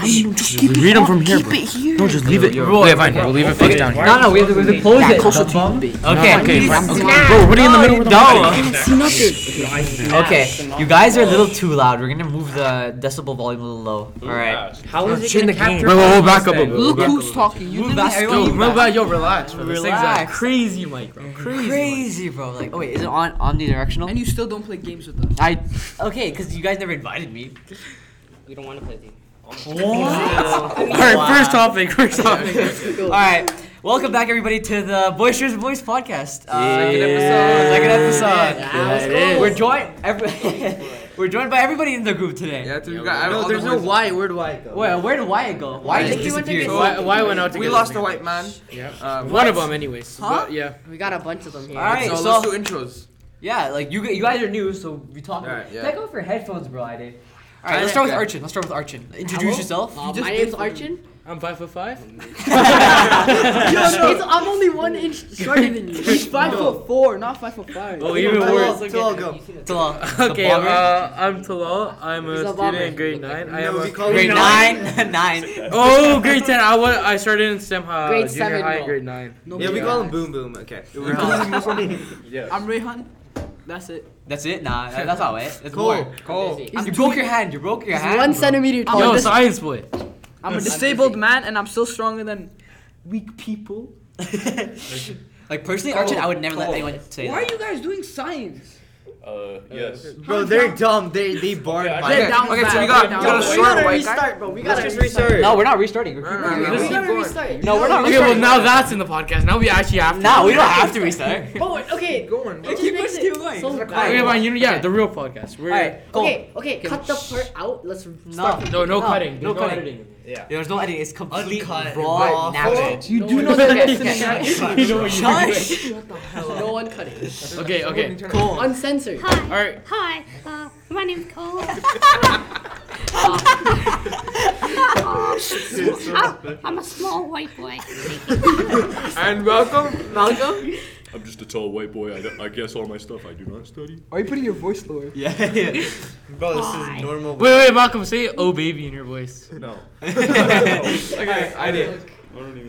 I know, just keep it read 'em up, from here, Keep bro. it here. No, just leave it. Yo, Yeah, fine. We'll leave it face down here. No, no, we have to, we have to close Yeah, it. closer to you, babe. Okay, Okay, okay, fine. Okay. Nah. Bro, what are you in the middle of Duh. the I see nothing. Okay, you guys are a little too loud. We're gonna move the decibel volume a little low. All right. How is it in gonna the game. capture? Wait, wait, wait, all back these up a things? bit. Look who's talking. You Move little back, scumbag. everyone. Move back. yo, relax. For Relax. crazy mic, bro. Crazy. Crazy, bro. Like, oh wait, is it on And omnidirectional? you still don't play games with us. I oh, okay, cause you guys never invited me. We don't want to play these. All right, first topic. First topic. All right, welcome back everybody to the Boisterous Voice podcast. Uh, Second episode. Second episode. Yeah, it We're joined. Every, we're joined by everybody in the group today. Yeah, we got, No, there's no white. Where'd white go? Wait, where did Wyatt go? Wyatt just think he went to disappeared. get- Why, why went out together? We lost the white man. Yeah. Uh, One of them, anyways. Huh? But, yeah. We got a bunch of them here. All right, So, so let's do intros. yeah, like you, you guys are new, so we talk. Alright, yeah. Take off your headphones, bro. I did. All right, let's start with Archon. Let's start with Archon. Introduce Hello? yourself. Uh, my name's Archon. I'm five foot five. It's- I'm only one inch shorter than you. He's five foot four, not five foot five. Oh, even worse. go. Talal. the Okay, bomber. uh, I'm Talal. I'm a He's a student bomber. in grade nine. I am No, we a call grade nine, nine. Oh, grade ten. I was. I started in STEM. Uh, Grade junior seven, high, no. grade nine. Yeah, we call him Boom Boom. Okay. I'm Rehan. That's it. That's it. Nah, that- that's not it. That's Cole. more. Cole. You broke your hand. You broke your hand. one bro. centimeter tall. Yo, Yo, this- science boy. I'm a disabled man and I'm still stronger than weak people. like personally, Archon, I would never let anyone say Why are that. you guys doing science? Uh, yes. Bro, they're dumb. They they barred Yeah, Okay, they're down okay, bad. so we got, They're down we got a bad. short we gotta white guy. restart, bro. We gotta just restart. restart. No, we're not restarting. We're keeping- no, no. We gotta restart. No, we're not Okay, well restarting. now that's in the podcast. Now we actually have. to- Nah, we don't have to restart. Oh, okay. going. It just Keep makes us it keep going. so It's bad. Okay, fine. You know, yeah, the real podcast. We're Alright, Cole. Okay, okay, cut the part out. Let's No. start. no, no, No, cutting. No, no no cutting. editing. There's no editing. It's complete raw footage. You do know know that that that's You know what you're doing. Shush. No one cut it. Okay, okay. Cool. Uncensored. Hi. Alright. Hi. Uh, my name's Cole. Uh, I'm, uh, I'm a small white boy. And welcome. Malcolm? I'm just a tall white boy. I, don't- I guess all my stuff I do not study. Why are you putting your voice lower? Yeah. yeah. Bro, this Hi. is normal. Wait, wait, Malcolm, say "oh baby" in your voice. No. Okay, I did.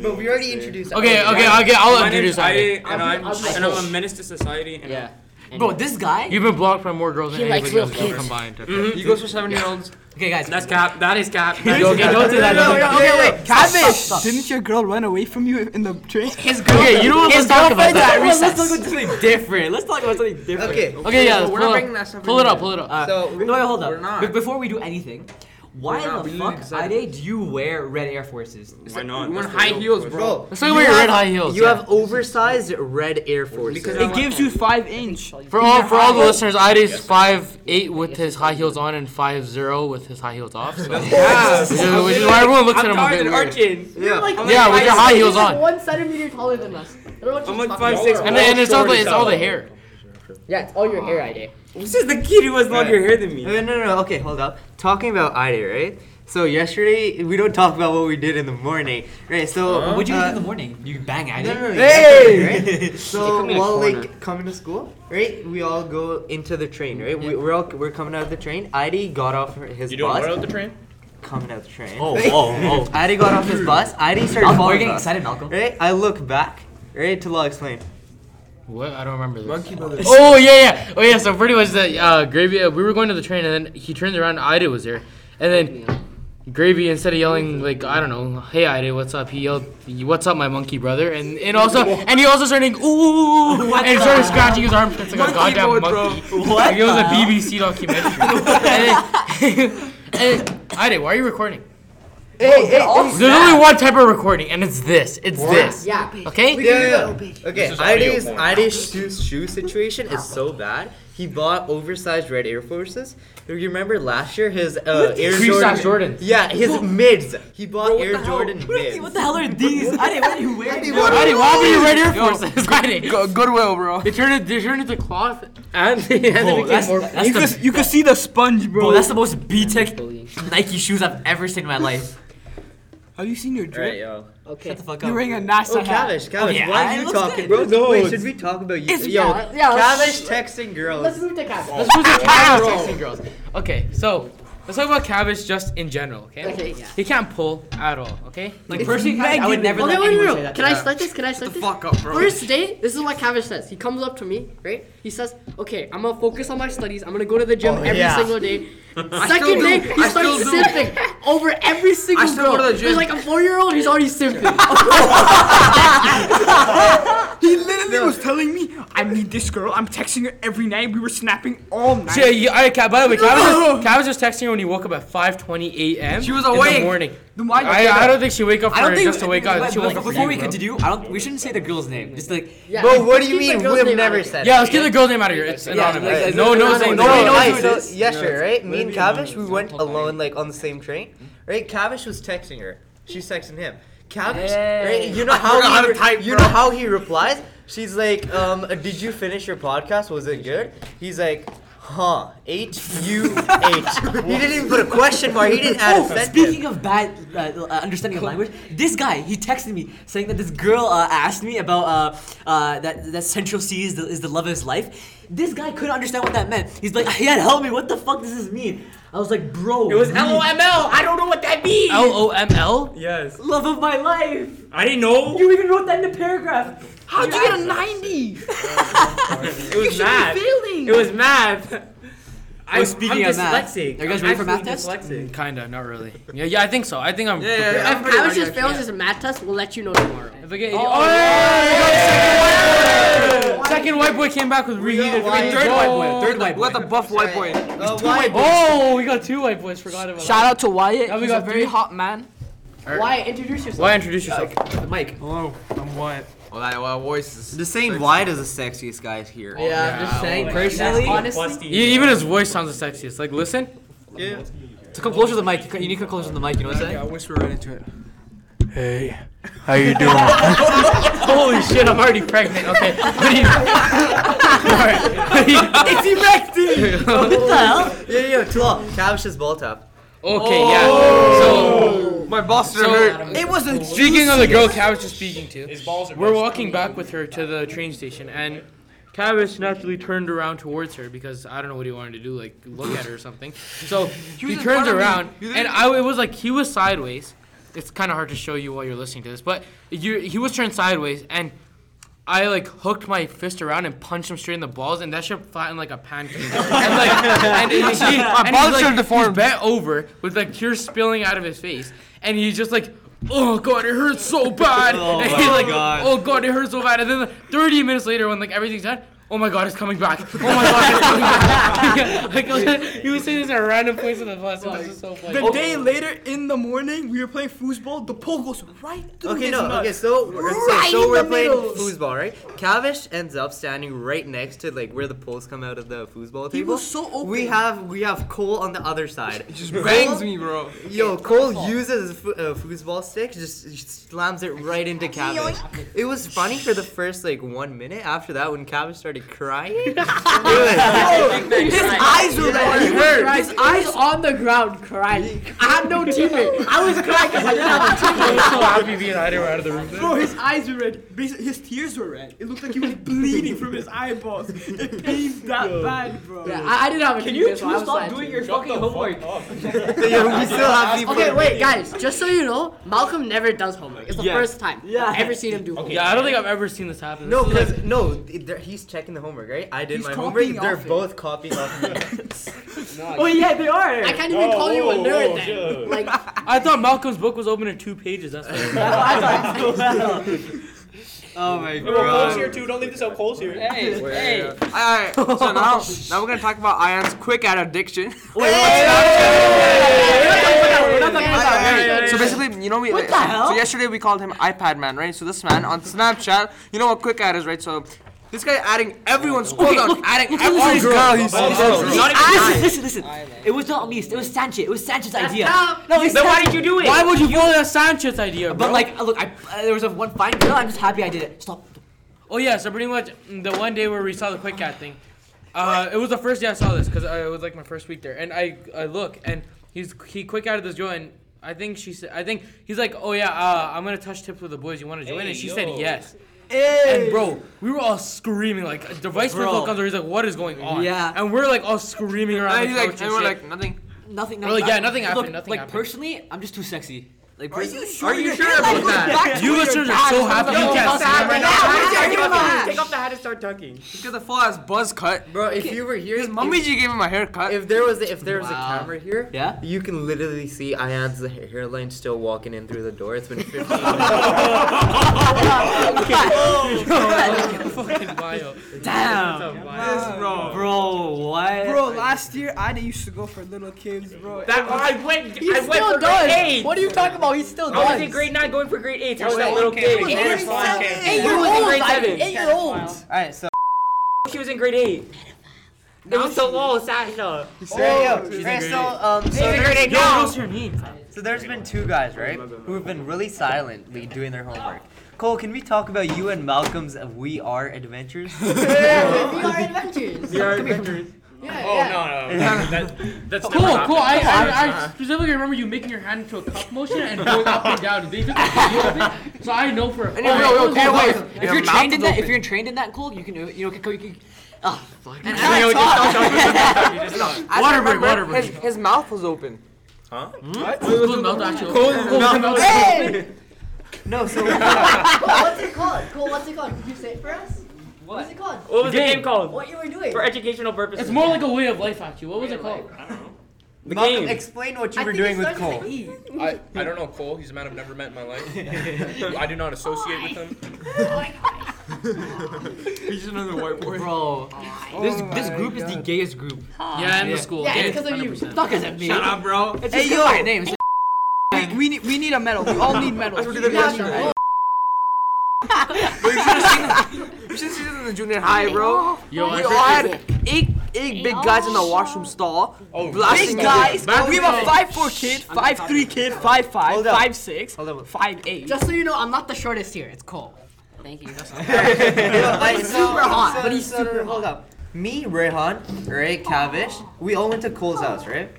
But we already introduced. Okay, okay, okay. I'll My name's introduce you. Adi, and I'm, I'll be- and I'm a menace to society. And Yeah. Bro, this guy. You've been blocked by more girls than He likes anybody else little kids. combined. Okay, He goes for seven year olds. Okay, guys. That's cap. That is cap. That is okay, don't do that. don't do that. Okay, wait. Cabbage. Didn't your girl run away from you in the train? His girl. Okay, you know what? Let's His talk about girlfriend's that. at recess. Let's talk about something different. Let's talk about something different. Okay. Okay, yeah, so let's We're pull not it bringing up. that stuff. Pull it up, pull anymore. it up. Uh, So, no, wait, hold up. we're not. Be- before we do anything, why We're not. We the need fuck, excitement. Ade, do you wear red Air Forces? Why not? We want That's the high real heels, question. bro. Let's talk about your red high heels. yeah. oversized red Air Forces. Because It gives you five inch. for all for all the listeners, Adi's five eight with his high heels on and five zero with his high heels off. So. Which is which is why everyone looks at him a bit weird. Yeah. Like, Yeah, with your high he's heels like on. One centimeter taller than us. I don't know what I'm you're like talking five about. six. And, and it's all the it's all the hair. Yeah, it's all your hair, I did. This is the kid who has longer hair than me. No, no, no. Okay, hold up. Talking about Ida, right? So yesterday we don't talk about what we did in the morning, right? So What'd you do uh, in the morning? You bang at No, it. no, no, exactly, right? So while like coming to school, right? We all go into the train, right? We, we're all we're coming out of the train. Ida got off her- his You doing bus. what out the train? coming out of the train. Oh, whoa, whoa. Ida got off his bus. Ida started Malcolm, we're following getting us, excited, Malcolm. Right? I look back. Right? To law explain. What? I don't remember this. brothers. Oh yeah, yeah. Oh yeah. So pretty much that uh, gravy. Uh, we were going to the train, and then he turned around. Ida was there, and then gravy instead of yelling like I don't know, hey Ida, what's up? He yelled, "What's up, my monkey brother?" And and also and he also started ooh and started scratching his arm. It's like a goddamn monkey. What Like it was the a hell? BBC documentary. and then, and then, Ida, why are you recording? Hey, hey, There's only one type of recording, and it's this. It's this. Yeah. Okay. Yeah, yeah. Okay, is audio Ida's form. Ida's shoe, shoe situation is so bad. He bought oversized red Air Forces. Do you remember last year his uh, Air Pre-size Jordan? Jordans. Yeah, his mids. He bought Air Jordan What the- What mids. the hell are these? Ade, what are you wearing? now? Adi, why were you red Air Forces? Adi? Goodwill, bro. They turned it. They turned into cloth, and, and they became that's- more. that's You the- could, you could see the sponge, bro. Bro, that's the most B-Tech Nike shoes I've ever seen in my life. Have you seen your drip? Right, yo. Okay. Shut the fuck You're up. wearing a NASA Oh, hat. Kavish, Kavish, yeah, why it are you looks talking? good. Bro, Wait, should we talk about you? It's- yo, yeah, yeah, let's- Kavish texting girls. Let's move to cap. Let's put the cat on sexy girls. Okay, so Let's talk about Cabbage just in general, okay? Okay, yeah. He can't pull at all, okay? Like Like personally, I would never Okay, let wait, anyone no, say no. that. Can I start this? Can I start the this? fuck up, bro. First day, this is what Kavish says. He comes up to me, right? He says, "Okay, I'm gonna focus on my studies. I'm gonna go to the gym every yeah. single day." Oh, still Second do. day, he I starts still do. simping over every single I still girl. go to the gym. He's like a four-year-old. He's already simping. He literally was telling me, I need this girl. I'm texting her every night. We were snapping all night. Yeah, yeah, all right, Cab, by the way, Cab was, Cab was just texting her when he woke up at 5:20 a.m. She was in awake. the morning. Then why I, I don't think she wake up for I don't think just to wake up. but- She but woke up for before you, we bro. continue, I don't. We shouldn't say the girl's name. Just like Yeah, Bro, what do keep you the mean? girl's We've name out of never it. said Yeah, it. let's get the girl name out of here. It's Yeah, anonymous. like- no, no, saying No, the no, name. I, so, yeah, sure, right? Me and Kavish, we went alone, like, on the same train, right? Kavish was texting her. She's texting him. Kavish, right? You know how, forgot he, how to re- type, you bro. know how he replies? She's like, um, did you finish your podcast? Was it good? He's like, huh, H-U-H. he didn't even put a question mark. He didn't add a Oh, sentence. speaking of bad uh, uh, understanding of language, this guy he texted me saying that this girl uh, asked me about uh, uh, that that Central C is the, is the love of his life. This guy couldn't understand what that meant. He's like, "Yeah, help me! What the fuck does this mean?" I was like, "Bro, It was read. LOML. I don't know what that means. L O M L. yes. love of my life." I didn't know. You even wrote that in the paragraph. How'd you get a 90? It was math. Failing. It was math. I, speaking I'm of math, dyslexic. are you guys I'm ready for math actually test? Dyslexic. Mm, Kinda, not really. Yeah, yeah, I think so. I think I'm. Yeah, yeah, yeah. I'm pretty Kavish ready, just fails actually. his math test. We'll let you know tomorrow. If I get, oh, yeah, we got a second white boy. Second white boy came back with reheated. white Wait, boy. third white Oh, boy. Third we white boy. got the buff white boy. Uh, why- Oh, we got two white boys. Forgot about Shout out to Wyatt. Yeah, we He's got a very three. hot man. Why? Introduce yourself. Why introduce yourself? Mike. Hello, I'm Wyatt. The same wide as the sexiest guys here. Yeah, I'm just saying. Personally, Busty. E- even his voice sounds the sexiest. Like, listen. to come closer to the mic, you need to come closer to the mic. You know what I'm saying? Yeah, I whisper right into it. Hey. Holy shit, I'm already pregnant. Okay. What do you. Alright. What the hell? Yeah, yeah, too long. Kavish's ball tap. Okay, yeah. So, Oh, My boss so It wasn't speaking of the girl Cabbage was speaking to, His balls are we're walking back with her to the train station, and Cabbage naturally turned around towards her because I don't know what he wanted to do, like look at her or something. So he in turns front of me. around, You and I, it was like he was sideways. It's kind of hard to show you while you're listening to this, but you, he was turned sideways, and I like hooked my fist around and punched him straight in the balls, and that shit flattened like a pancake. and like, and, he- he, and he's, like, he's bent over with like tears spilling out of his face, and he's just like, "Oh god, it hurts so bad." oh and he's like, "Oh god, it hurts so bad." And then like, 30 minutes later, when like everything's done. Oh my god, it's coming back! Oh my god, it's coming back! like, he was saying this at random points in the bus. It was just so funny. Oh. The day later in the morning, we were playing foosball. The pole goes right through Okay, his no, nuts. okay, so we're, so- Right so, in we're the playing middle. foosball, right? Kavish ends up standing right next to like where the poles come out of the foosball table. He was so open. we have we have Cole on the other side. just bangs me, bro. Yo, Cole uses his fo- uh, foosball stick, just slams it right into Kavish. It was funny for the first like one minute. After that, when Kavish started crying, it was- his eyes were red. it hurt. His eyes on the ground crying. I had no teammate. I was crying because I didn't have a teammate. so happy being out of the room. Bro, his eyes were red. Basi- His tears were red. It looked like he was bleeding from his eyeballs. It pained that bad, bro. Yeah, I, I didn't have a teammate. so I was sad too. fucking homework? Yeah, we still have people. Okay, wait, guys. Just so you know, Malcolm never does homework. It's the Yeah. first time Yeah. I've ever seen him do homework. Yeah, I don't think I've ever seen this happen. No, This is like- because no, th- they're- he's checking the homework, right? I did He's my homework. copying They're off it. both copying off me. Oh yeah, they are. I can't even call Oh, you a Oh, nerd then. Like, I thought Malcolm's book was open in two pages. That's what I meant. oh my Um, Cole's here too. Don't leave this out. Cole's here. Hey, hey. Alright, so now, now we're gonna talk about Ion's quick at addiction. So basically, you know we. What the hell? So yesterday we called him iPad Man, right? So this man on Snapchat, you know what quick ad is, right? So this guy adding everyone's scroll down, adding every girl he's. Not even Listen, listen, listen. It was not me. It was Sanchez. It was Sanchez's idea. No, it's Then why Sanchez. did you do it? Why would you follow that Sanchez idea? But bro? like, uh, look, I, uh, there was a one fine girl. I'm just happy I did it. Stop. oh yeah, so pretty much mm, the one day where we saw the quick cat thing, uh, it was the first day I saw this because it was like my first week there, and I I look and he's he quick out of this joint. I think she said I think he's like, oh yeah, uh, I'm gonna touch tips with the boys. You want to join? and she said yes. And bro, we were all screaming like the vice principal Bro. comes over. He's like, "What is going on?" Yeah. And we're like all screaming around And the he's couch and like, and we're shit. like nothing. nothing. Well, nothing- yeah, I- nothing look, happened, nothing like happened. personally, I'm just too sexy. Like, Are personally, you sure? you you're sure not about like that? back to You your listeners dad are so or happy you something? can't see them right now. Take off the hat and start talking. Look at the full ass buzz cut. Bro, if you were here, His mummy G gave him a haircut. if there was a, if there was Wow. a camera here, Yeah? you can literally see Ayad's hair- hairline still walking in through the door. It's been 15 minutes. Fucking wild. damn, Yes, bro. bro, what? Bro, last year I didn't used to go for little kids, bro. That I went. He I went still for does. grade eight. What are you talking about? He still I was does. in grade nine, going for grade eight. I was was that that little one kid. kid. He Eight was years one old. kid. Eight He year was in old. grade I- seven. Eight year old. All right, so he was in grade eight. It was so low, Sasha. Alright, so, um, so, there's, eight now. so there's been two guys, right, who have been really silently doing their homework. Cole, can we talk about you and Malcolm's We Are Adventures? We are adventures. we Are Adventures. Yeah, yeah. Oh, no, no. That, that's Cool, cool. I, I, I specifically remember you making your hand into a cup motion and going up and down. They took a video of it, so I know for a fact. yo, yo, Cole, If wait. Your you're mouth trained in is that, if open. you're trained in that, Cole, you can, uh, you know, you can, you can oh, fuck. I Water remember break, water His, his mouth was open. Cole's mouth actually opened. Cole's mouth opened. No, so What's it called? Cole, what's it called? Did you say it for us? What? What's it called? What was the Game. game called? What you were doing? For educational purposes. It's more like a way of life, actually. What was it called? the Malcolm, game. explain what you I were think doing it with starts Cole. an E. I, I don't know Cole. He's a man I've never met in my life. I do not associate with him. bro, this this group is the gayest group. Yeah, in the school. Yeah, it's because of you. Fuck is it me? Shut up, bro. It's just hey, yo, names. We, we need we need a medal. We all need medals. Yeah, You should see this in the junior high, bro. Yo, We I all heard- had eight, eight big guys in the washroom stall. Oh, Blasting Big guys. Back we to have a the- five four kid, five three kid, five five, Hold up. five six, Hold up. five eight. Just so you know, I'm not the shortest here. It's Cole. Thank you. That's He's super hot, but he's super Hold up. Me, Rehan, right, Kavish, we all went to Cole's house, right?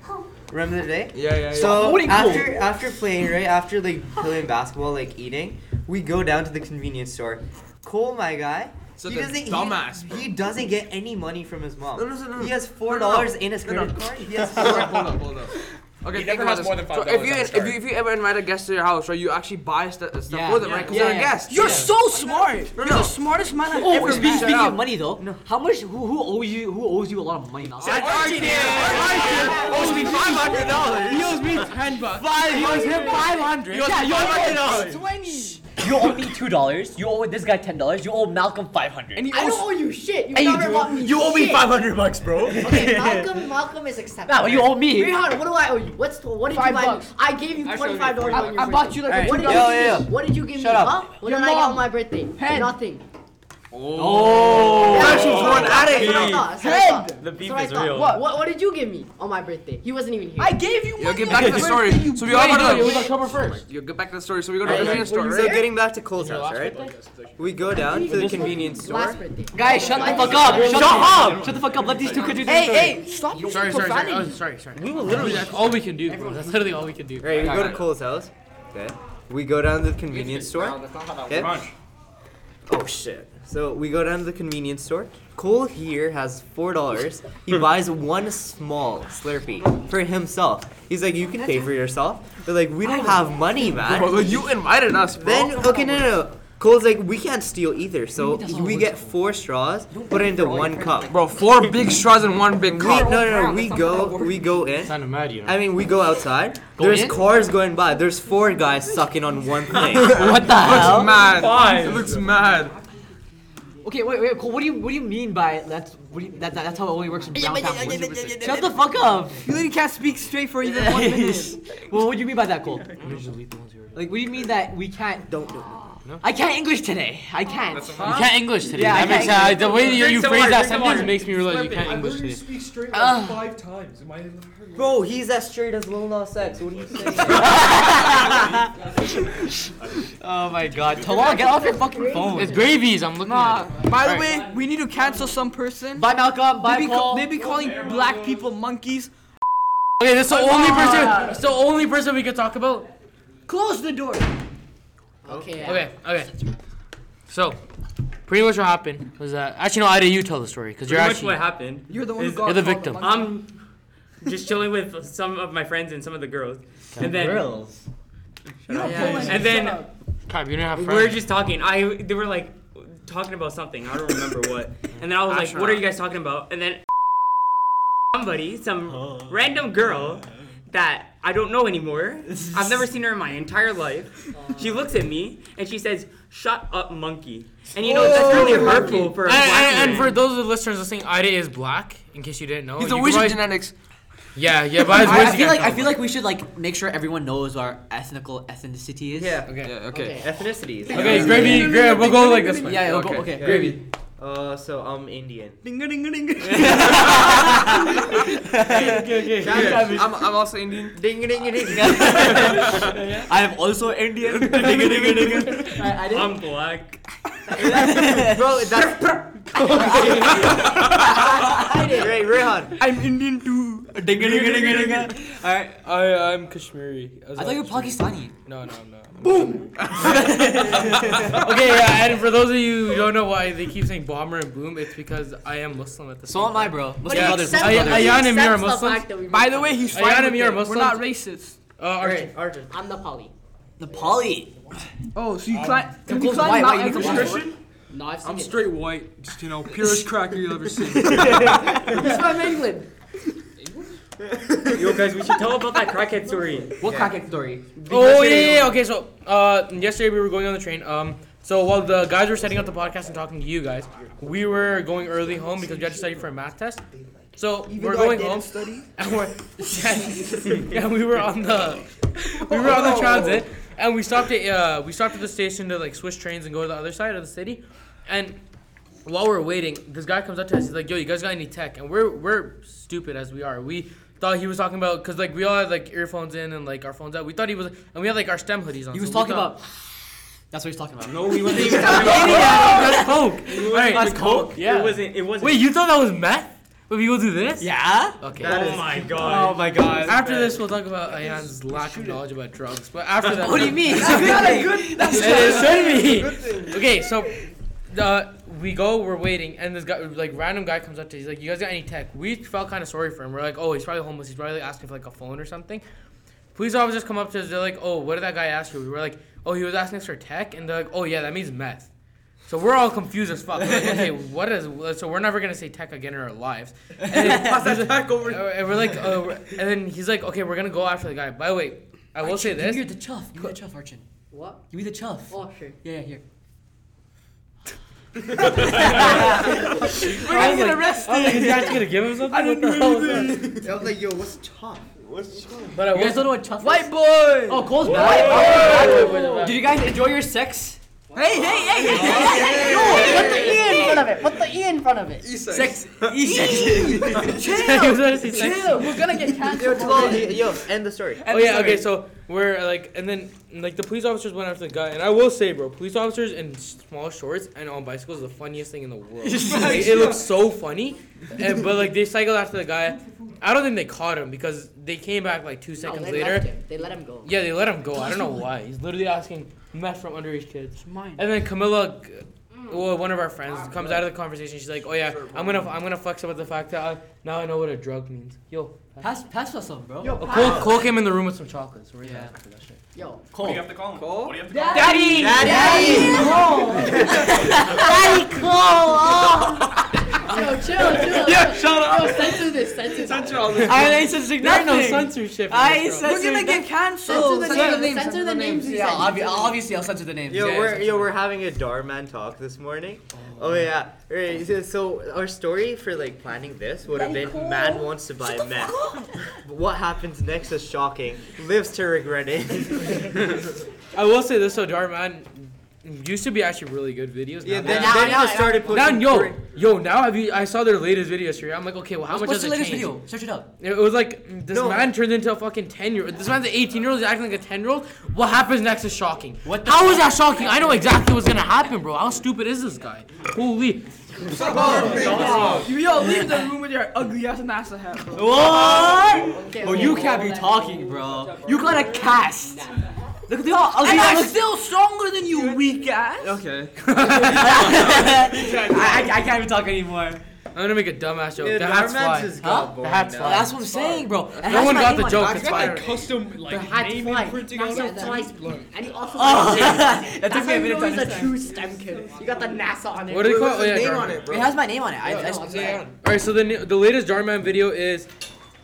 Remember the day? Yeah, yeah, yeah. So Voting after after playing, right after like playing basketball, like eating, we go down to the convenience store. Cole, my guy, So he the doesn't he- dumbass, He, doesn't get any money from his mom. No, no, no, no. He has four No, no, dollars no. in his No, no. credit card. He has four. hold up, hold up. Okay, He think never about has this. more than So $5 if you at the if start. you if you ever invite a guest to your house, right, you actually buy stuff, stuff Yeah. for them, Yeah. right? Because Yeah, they're yeah. a guest. You're so smart. No, You're no. the smartest man I've Oh, ever speaking, met. speaking of money though, how much? Who, who owes you? Who owes you a lot of money now? Oh, we He owes me 10 bucks. He owes him five hundred. Yeah, you owe me You owe me two dollars. You owe this guy ten dollars. You owe Malcolm five hundred. I don't owe you shit. You Hey, never dude, bought me you owe me shit. five hundred bucks, bro. Okay, Malcolm, Malcolm is accepted. Now you owe me. Rehan, what do I owe you? What's what did Five you buy? me? bucks. I gave you twenty five dollars. I, I bought you like a Alright. What two did Yo, you dollar. yo, give yo. me? What did you give Shut me? up. Huh? What Your did I get mom. on my birthday? Nothing. Oh. That's one out of what I here. thought. That's what I thought. The That's beef what I is thought. real. What, what what did you give me on my birthday? He wasn't even here. I gave you money. get back to the story. So we all Wait, no, it go was to October 1st. you get back to the story. So we go to the Alright, convenience store, So right? getting back to Cole's house, right? We go down to the convenience store. Last birthday. Guys, shut the fuck up. Shut, up. Shut the fuck up. Let these two kids do their story. Stop your Sorry, sorry, sorry. profanity. Oh, sorry, sorry. We will literally. That's all we can do, bro. That's literally all we can do. Right, we go to Cole's house. Okay. We go down to the convenience store. Okay. Oh shit. So we go down to the convenience store. Cole here has four dollars. He buys one small Slurpee for himself. He's like, you can pay for yourself. They're like, we don't have money, man. Bro, you invited us, bro. Then okay, no, no. no. Cole's like, we can't steal either. So we get four straws, put into one cup. Bro, four big straws and one big We, no, cup. no, no. We go, we go in. Kind of mad, you know. I mean, we go outside. There's cars going by. There's four guys sucking on one thing. What the Looks hell? mad. It looks mad. Okay, wait, wait. Cole, what do you what do you mean by that's what do you, that, that, that's how it only works in downtown? Shut the fuck up. You literally can't speak straight for even one minute. well, what do you mean by that, Cole? Like, what do you mean that we can't? Don't do it. I can't English today. I can't. You can't English today. Yeah, I that makes can't uh, the way that you, you Drink some phrase water, that drink some sentence water. makes me realize you can't English today. speak straight like five times. Am I? Bro, he's as straight as Lil Nas X. What are you saying? Oh my God, Talal, get off your fucking phone. It's gravies. I'm looking at. it. By the Alright. way, we need to cancel some person. Bye, Malcolm. Bye, They be, Cole. they be calling black people monkeys. Okay, that's the only person. That's the only person we could talk about. Close the door. Oh, Okay. yeah. Okay, okay. So, pretty much what happened was that actually no, Ida, you tell the story because you're Pretty much actually what happened. You're the one who Is- got you're the called a victim. monkey. Um, just chilling with some of my friends and some of the girls. and then girls. You don't Yeah, pull in, and then shut up. Cap, you don't have we friends. were just talking. I they were like talking about something. I don't remember what. And then I was like, "What are you guys talking about?" And then somebody, Oh. some random girl that I don't know anymore. I've never seen her in my entire life. She looks at me and she says, "Shut up, monkey." And you know that's Oh. really hurtful for a and, black and, and man. for those of the listeners listening, Ida is black. In case you didn't know, He's a You wizard guys- genetics. Yeah, yeah, but his I, voice I feel can't like I tell. feel like we should like make sure everyone knows our ethnical ethnicity is. Yeah. Yeah, okay. Okay. Ethnicities. Okay, Uh, gravy, no, no, gravy. no, We'll no, go no, like no, this no, way. no. Yeah. Okay. Okay. okay. Gravy. Uh, so I'm Indian. Ding ding ding ding. I'm, I'm also Indian. Ding ding ding. I am also Indian. I, I didn't. I'm black. Bro, that's. Right, Rehan. I'm Indian too. Ding, ding, ding, ding, ding. All right. I I'm Kashmiri. I thought you were Pakistani. No, no, no. Boom. okay, yeah, and for those of you who don't know why they keep saying bomber and boom, it's because I am Muslim at this. So am I, bro. Muslim Yeah. brothers. Ay- Muslim brothers. Ayana and Accepts Mir are the Muslims. fact that we- By the way, he's fine. Ayana with Mir, it. We're Muslims? not racist. Uh, Archie. Arjun. I'm Nepali. Nepali. Oh, so you climb? Can you Nicole's climb white, Mount white, Everest? Nicole's Christian? No, I've seen I'm it. straight white. Just, you know, purest cracker you'll ever see. He's from England. Yo, guys, we should tell about that crackhead story. What crackhead story? Oh yeah, yeah, yeah. Okay, so uh, yesterday we were going on the train. Um, so while the guys were setting up the podcast and talking to you guys, we were going early home because we had to study for a math test. So we're though I going didn't home. Study. and we're, yeah, we were on the we were on the transit and we stopped at uh, we stopped at the station to like switch trains and go to the other side of the city and while we're waiting this guy comes up to us he's like yo you guys got any tech and we're we're stupid as we are we thought he was talking about because like we all had like earphones in and like our phones out we thought he was and we had like our stem hoodies on He so was we talking thought- about. That's what he's talking about. No, we wasn't even talking about that's coke Alright. That's coke. It wasn't. It wasn't. wait you thought that was meth but we will do this Yeah. okay Oh my god. my god. After this, we'll talk about Ayan's lack of knowledge about drugs. But after that, What do you mean? That's not a good. That's not a It should be. Okay, so uh, we go, we're waiting, and this guy, like, random guy comes up to. us, He's like, "You guys got any tech?" We felt kind of sorry for him. We're like, "Oh, he's probably homeless. He's probably asking for like a phone or something." Police officers come up to us. They're like, "Oh, what did that guy ask you?" We were like, "Oh, he was asking us for tech," and they're like, "Oh, yeah, that means meth." So we're all confused as fuck. We're like, okay, what is? So we're never gonna say tech again in our lives. And then- uh, and we're like, uh, we're- and then he's like, okay, we're gonna go after the guy. By the way, I will say Give this. me the chuff. Give me the chuff, Archon. What? Give me the chuff. Oh, sure. Yeah, yeah, here. We're gonna get arrested. I was like, is he actually gonna give him something? I didn't I was like, yo, what's tough? What's tough? But I You guys will. don't know what chuff White is? boy. Oh, Cole's back. Did you guys enjoy your sex? Hey, hey, hey, hey, hey, hey, Put the E in front of it. Put the E in front of it. Sex. E-sex. He was gonna say sex. Chill. We're gonna get Yo, canceled. Talal, yo, end the story. Oh yeah, okay. So we're like, and then like the police officers went after the guy, and I will say, bro, police officers in small shorts and on bicycles is the funniest thing in the world. Like, it looks so funny, and but like they cycled after the guy. I don't think they caught him because they came back like two No, seconds they later. left him. They let him go. Yeah, they let him go. I don't know why. He's literally asking meth from underage kids. And then Camilla, g- Mm. well, one of our friends, comes out of the conversation. She's like, "Oh yeah, I'm gonna, I'm gonna flex about the fact that I, now I know what a drug means." Yo, Pass, pass us some, bro. oh, Cole, Cole came in the room with some chocolates. We're Yeah. yeah. after that shit. Yo. What do you Cole. have to call him? What do you have to call Daddy. Oh. Yo, chill, chill. Yeah, shut up. Yo, censor this. Censor this. Censor I ain't censoring There ain't no nothing. censorship. in I this, bro. censored. We're gonna get Censor canceled. the censor the names. names, Censor the names. you Yeah, said. obvi- obviously I'll censor the names. Yo, Yeah, we're it's yo, we're having a Darman talk this morning. Oh, yeah. Right, so- so our story for like planning this would have been man wants to buy meth. what happens next is shocking. Lives to regret it. I will say this though, Darman used to be actually really good videos. yeah, Yeah. then, Yeah, then yeah, I yeah. started Now, putting yo, three- yo, now have you, I saw their latest video yesterday. I'm like, okay, well, how much does What's the it latest change? video? Search it up. It was like this No. man turned into a fucking ten year old. This man's an eighteen year old. He's acting like a ten year old. What happens next is shocking. What the How is that shocking? I know exactly what's gonna happen, bro. How stupid is this guy? Holy. You yo, leave the room with your ugly ass NASA hat. bro. What? Okay, Oh, okay, you okay. can't be talking, bro. You got a cast. Look at the all. And I I'm look. still stronger than you, weak ass. okay. I, I, I can't even talk anymore. I'm gonna make a dumbass joke. Dude, the our hat's fly. match is Huh? kinda The hat's boring fly. now. That's what I'm saying, bro. It No has one my got name the on it. joke. That's It's why I fire. Custom The like hat name fly. and printing on the NASA fly. flies blood. And he also Oh, That's that took how me a you minute know to he's a understand. true STEM kid. You got the NASA on it. What do they call it? Oh, yeah, name Jarman. on it, It bro. has my name on it. I, I, no, I, All right, so the new, the latest Jarman video is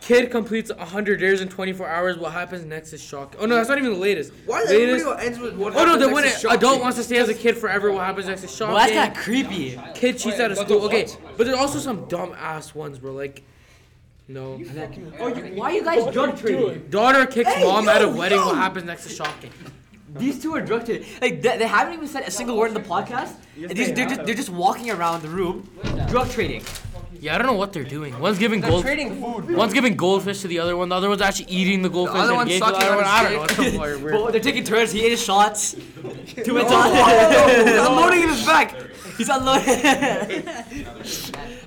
kid completes 100 days in 24 hours. What happens next is shocking. Oh no, that's not even the latest. Why is every latest, video ends with what Oh no, happens the next one is it- adult shocking? wants to stay as a kid forever. What happens next is shocking. well, that's kind of creepy. Kid cheats out of What school. the Okay, what? but there's also some dumb ass ones, bro. Like, no. Why are you guys drug trading? Daughter kicks Hey, mom yo, out of wedding. What yo! happens next is shocking. These two are drug trading. Like they, they haven't even said a single word in the podcast. And these, they're, just, they're just walking around the room, drug trading. Yeah, I don't know what they're doing. One's giving They're gold. trading food. One's giving goldfish to the other one. The other one's actually eating the goldfish. other and one's gave to the sucking other on one. I don't his know. It's some weird- weird- But they're taking turns. He ate shots. Oh, Two minutes on. He's unloading in his back. He's unloaded.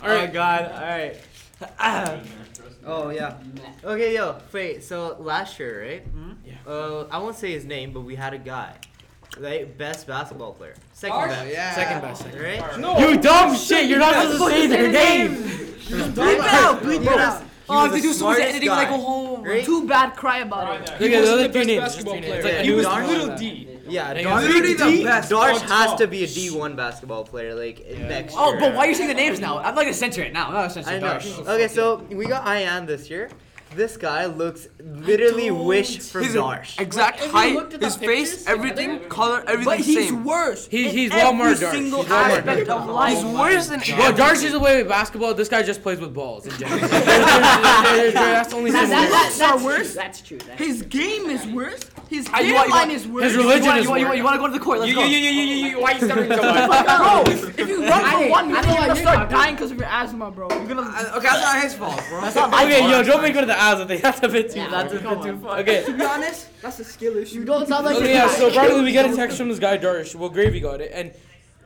Oh god, alright. oh yeah. Okay, yo, wait, so last year, right? Yeah. Uh, I won't say his name, but we had a guy. Right? Best basketball player. Second best. Yeah. Second best. second Right? You dumb shit! You're not supposed to say their name. Bleep it out, bleep it out. Oh, if they do so much editing, guy. like go home. Right? Too bad. Cry about it. Look at the other three names. basketball It's player. like He was anyone else. little D. Yeah, Dang, Darsh, literally the D- best Darsh on has top. to be a D1 basketball player, like next year. Oh, but why are you saying the names now? I'm not gonna censor it now. I'm not gonna censor I it. know. Darsh. Okay, so we got Ian this year. This guy looks literally wish from His Darsh. exact height, his face, everything, color, But everything he's same. worse. He's- in he's Walmart every Darsh. single He's Walmart aspect of life. He's worse than Well, Darsh is away with basketball. This guy just plays with balls in general. That's the only That, thing. that, that, Star that's Wars? true. That's true. That's His game is worse. His Ah, you want- hairline you want- is worse. His religion is You want, you, want, weird. you want to go to the court? Let's go. Why you stuttering so much? Bro, if you run I- for one minute, you're I know what gonna you're start talking dying because of your asthma, bro. You're gonna. Uh, Okay, that's not his fault, bro. That's not my Okay, fault. yo, don't make go to the ads. I think that's a bit too. That's a bit too far. Okay. to be honest, that's a skill issue. You don't sound like Okay, yeah, so probably we get a text from this guy Darsh. Well, Gravy got it, and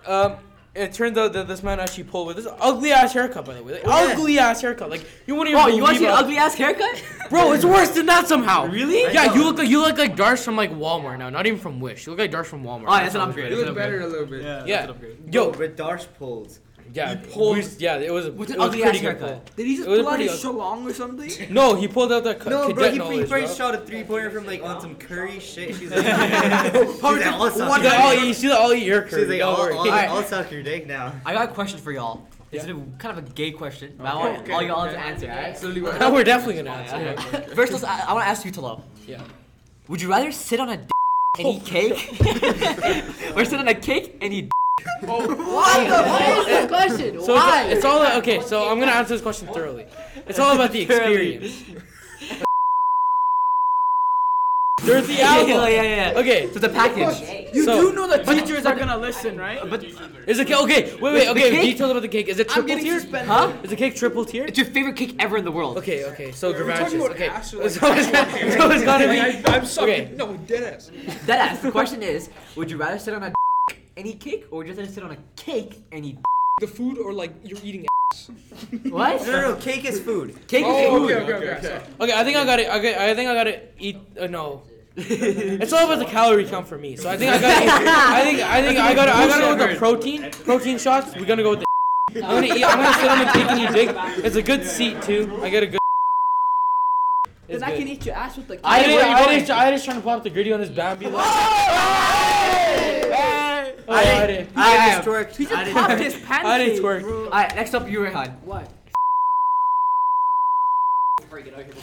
um, it turns out that this man actually pulled with this ugly ass haircut, by the way. Like, ugly ass haircut. Like you wouldn't even. Oh, you want to see an believe it. ugly ass haircut? Bro, it's worse than that somehow. Really? Yeah, you look like you look like Darsh from like Walmart now, not even from Wish. You look like Darsh from Walmart. Oh, yeah, that's an how much upgrade. better You it is. a little bit. Yeah. Yo, Yo, but Darsh pulls. yeah, we- yeah, it was. With it an was ugly pretty ass good haircut. Did he just It was pull out pretty his shalong or something? pull. No, he pulled out that. No, cadet bro, he, he knowledge, first bro. shot a three pointer from like on some curry shit. She's like, she's like I'll suck She's like, your "I'll dick." eat- you see the all eat your She's curry. like, "Oh, Don't I'll, I'll, worry. I'll suck your dick now. I got a question for y'all. It's a bit- kind of a gay question, but I want all y'all to answer. alright? So, Now we're definitely gonna yeah, answer. yeah. First, let's, I, I want to ask you, Talo. Yeah. Would you rather sit on a d- and eat cake, or sit on a cake and eat? D- What is the question? So Why? it's, it's all okay. So I'm gonna answer this question thoroughly. It's all about the experience. Dirty yeah, Alba. yeah, yeah. Okay, So it's a package. You So- do know that teachers are gonna listen, right? But is the cake okay? Wait, wait. Okay, cake? details about the cake. Is it I'm triple getting tier? suspended. Huh? Is the cake triple tier? It's your favorite cake ever in the world. Okay, okay. So talking Gravachis. about Okay. ass So or, like, it's so it's gotta be. I'm sucking. Okay. No, Dennis. Deadass. The question is, would you rather sit on a d- and eat cake, or would you rather sit on a cake and eat? The food or like you're eating. d- What? No, no, no, cake is food. Cake is Oh, food. okay, okay, okay. okay. Okay, I think I got it. Okay, I think I got to eat. Uh, no. it's all about the calorie count for me. So I think I got. I think I think I got. I got to go with the protein. Protein shots. We're gonna go with the. I'm gonna eat. I'm gonna sit on the cake and eat dick. It's a good seat too. I get a good. It's then I can good. eat your ass with the. I did. Where you I going? did. I just trying to pop the gritty on this Bambi. Like, oh, I did. I have historic. He I just did- popped his pancake. I didn't twerk. bro. Alright, next up, you, Rehan. What?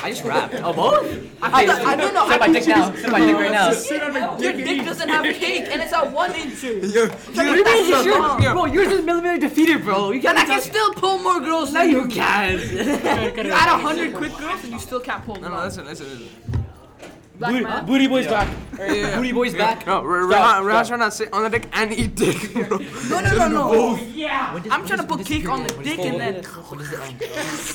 I just rapped. Oh, both? I, thought, I don't know. Sit how my dick now. Sit my dick right now. Your dick doesn't have cake, and it's at one inch. What do you mean it's your- Bro, yours is millimeter defeated, bro. You And I can can't still pull more girls No, than you you. can't. You add a hundred quick girls, and you still can't pull No, them. no, off. listen, listen, listen. Black Booty, man. booty boys back. Booty boys back. No, Re- Stop, Rehan, Rehan's trying to sit on the dick and eat dick. bro. No, no, no, no. When does- I'm when trying to does- when put does it cake on the period dick, end? and When then. does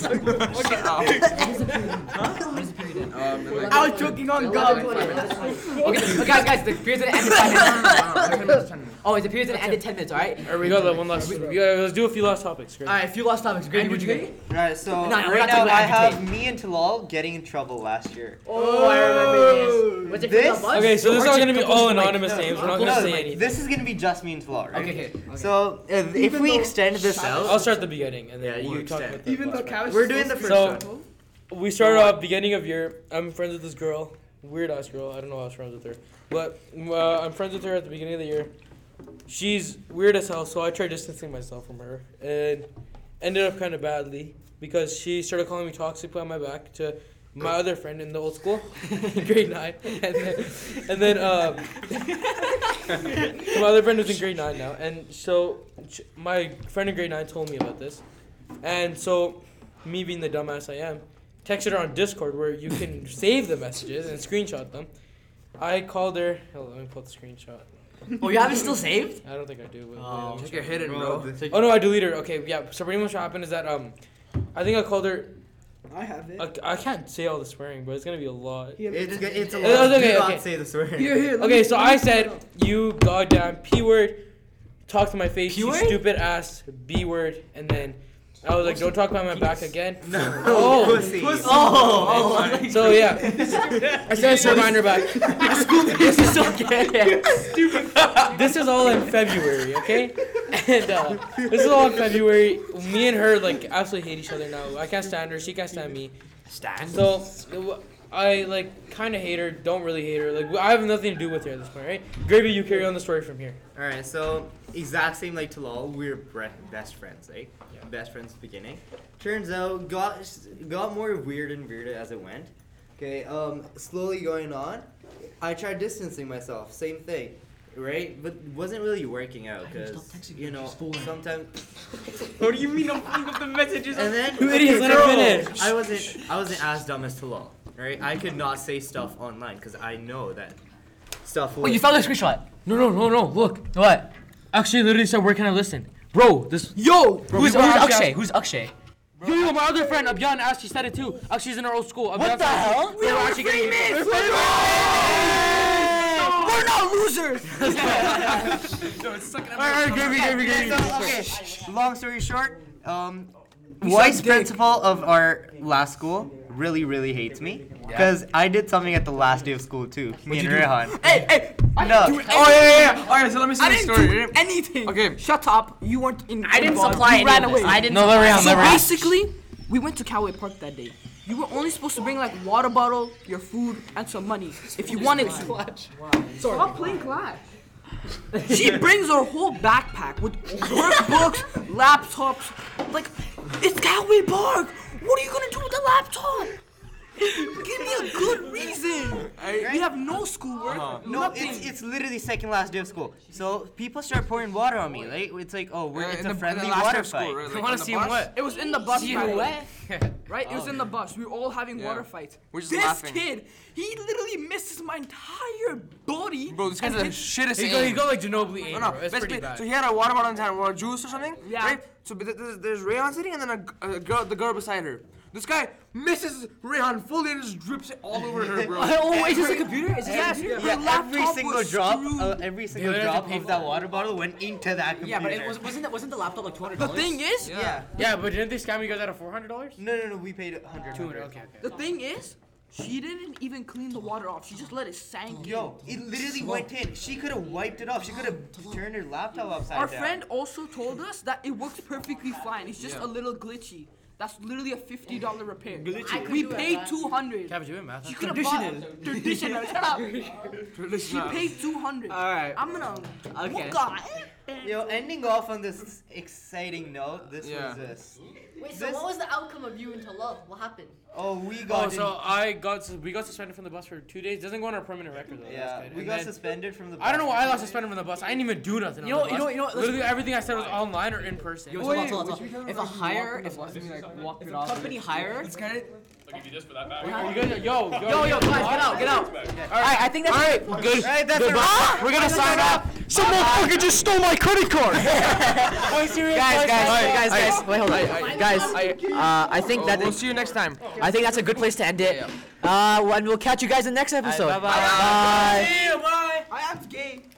it- when does it end? I was joking on God. Okay, so guys, guys, the period's gonna end in five minutes. Oh, the period's gonna end in ten minutes, alright? All right, we got that one last. We got, let's do a few last topics. Great. Alright, few last topics. Great, would you get? Alright, so No, no, we're right not now talking about I have entertain. me and Talal getting in trouble last year. Oh, I remember. Yo! Was it from the This- bus? Okay, so Yo, this is aren't all you gonna be supposed all to, like, anonymous names. We're not No, gonna say anything. this is gonna be just me and Flar, right? Okay, okay, okay. So uh, if Even we though- extend this out, I'll start at the beginning and then Yeah, we'll you talk extend. about the Even though last round. Kavish We're doing the first one. We started off beginning of year. I'm friends with this girl, weird ass girl. I don't know how I was friends with her, but uh, I'm friends with her at the beginning of the year. She's weird as hell, so I tried distancing myself from her and ended up kind of badly because she started calling me toxic behind my back to my other friend in the old school, in grade nine, and then, and then uh, my other friend was in grade nine now, and so sh- my friend in grade nine told me about this, and so me being the dumbass I am, texted her on Discord where you can save the messages and screenshot them. I called her. Hold on, let me pull up the screenshot. Oh, you have it still saved? I don't think I do. But Oh. Check your hidden, bro. oh no, I deleted her. Okay, yeah. So pretty much what happened is that um, I think I called her. I have it. I, I can't say all the swearing, but it's gonna be a lot. Here, It's g- it's a It's lot. okay, Do not okay. say the swear. here, here. let Okay, me- so let me I pull it said up. you goddamn p word, talk to my face, you P-word? stupid ass b word, and then I was like, don't talk behind my back again. No. Oh. pussy. Oh, oh, oh. So yeah, I started swearing her back. this is so gay. this is all in February, okay? And uh, this is all in February. Me and her like absolutely hate each other now. I can't stand her. She can't stand me. Stand. So I like kind of hate her. Don't really hate her. Like I have nothing to do with her at this point, right? Gravy, you carry on the story from here. All right, so exact same like Talal, we're bre- best friends, eh? Best friends at the beginning. Turns out, got got more weird and weirder as it went. Okay, um, slowly going on. I tried distancing myself, same thing, right? But wasn't really working out because you know sometimes. What do you mean I'm pulling up the messages? And then You idiots, let her Okay, finish. I wasn't I wasn't as dumb as Talal, right? I could not say stuff online because I know that stuff. Oh, Wait, you was- found the screenshot. No, no, no, no. Look, What? Akshay literally said, "Where can I listen?" Bro, this. Yo! Who's, who's people actually Akshay? ask- Who's Akshay? Yo, yo, my other friend Abyan asked. She said it too. Akshay's in our old school. What the hell? We were actually getting. We're not losers! All right, all right, Gravy, Gravy, Gravy. okay. Long story short, um, vice principal of our last school really, really hates me because I did something at the last day of school too. Me and Rehan. Hey, hey. No, Oh yeah, yeah, yeah. All right, so let me see I the didn't story. do anything. Okay. Shut up. You weren't in. I didn't involved. supply You any ran of away. this. I didn't No, let her out, supply So let her out. basically, we went to Coway Park that day. You were only supposed to bring like water bottle, your food, and some money if you wanted to. Stop playing Clash. she brings her whole backpack with workbooks, laptops. Like, it's Coway Park. What are you gonna do with the laptop? Give me a good reason. We have no schoolwork. no, it's, it's literally second last day of school. So people start pouring water on me. Like it's like, oh, we're, Uh, it's in the- a in the friendly last water of school, fight. right, like, I want on to the see him bus. what. It was in the bus. by the way. Right? It was in the bus. We were all having Yeah. water fights. We're just this laughing. kid, he literally misses my entire body. Bro, this guy's and the hits- shittest. He got, he aim. got like Ginobili. No, No, no, It's pretty basically, bad. so he had a water bottle in his hand, or a juice or something, Yeah. right? So but th- there's, there's Rayhan sitting, and then a g- a, girl, the girl beside her. This guy misses Rayhan fully and just drips it all over her, bro. Oh, is this a computer? Is this a Yes, computer? her Yeah, every laptop single was drop, screwed. uh, every single literally drop paid of that water bottle went into that computer. Yeah, but it was, wasn't, the, wasn't the laptop like $200? the thing is, Yeah. yeah, but didn't they scam you guys out of four hundred dollars? No, no, no. We paid a hundred. Two hundred. Okay, okay. the thing is, she didn't even clean the water off. She just let it sink. Yo, it literally went in. She could have wiped it off. She could have turned her laptop upside Our down. friend also told us that it works perfectly fine. It's just a little glitchy. That's literally a fifty dollar repair. could We do it, paid but- two hundred. Cabbage, you in math? uh, You could have bought traditional. Shut up. She paid two hundred. Alright. I'm gonna. Okay. God. Yo, ending off on this exciting note, this Yeah. was this. Wait, so This- what was the outcome of you into love? What happened? Oh, we got Oh, so I got we got suspended from the bus for two days. Doesn't go on our permanent record though. in, That's yeah, good. we And got then- suspended from the. I don't know bus. why I got suspended from the bus. I didn't even do nothing. You on know- the you bus. know- you know what, let's- Literally everything I said was online or in person. Yo, hold on, hold on, hold on. If a hire, if, if a company hire, You guys are- yo, yo, yo, yo, guys, get out, get out. Alright, I think that's Alright, good. Right, that's Goodbye. a We're gonna sign up. Some motherfucker just stole my credit card. guys, guys, guys, Alright, guys, wait, hold on, guys. Uh, I think that we'll see you next time. I think that's a good place to end it. Uh, and we'll catch you guys in the next episode. Bye. I am gay.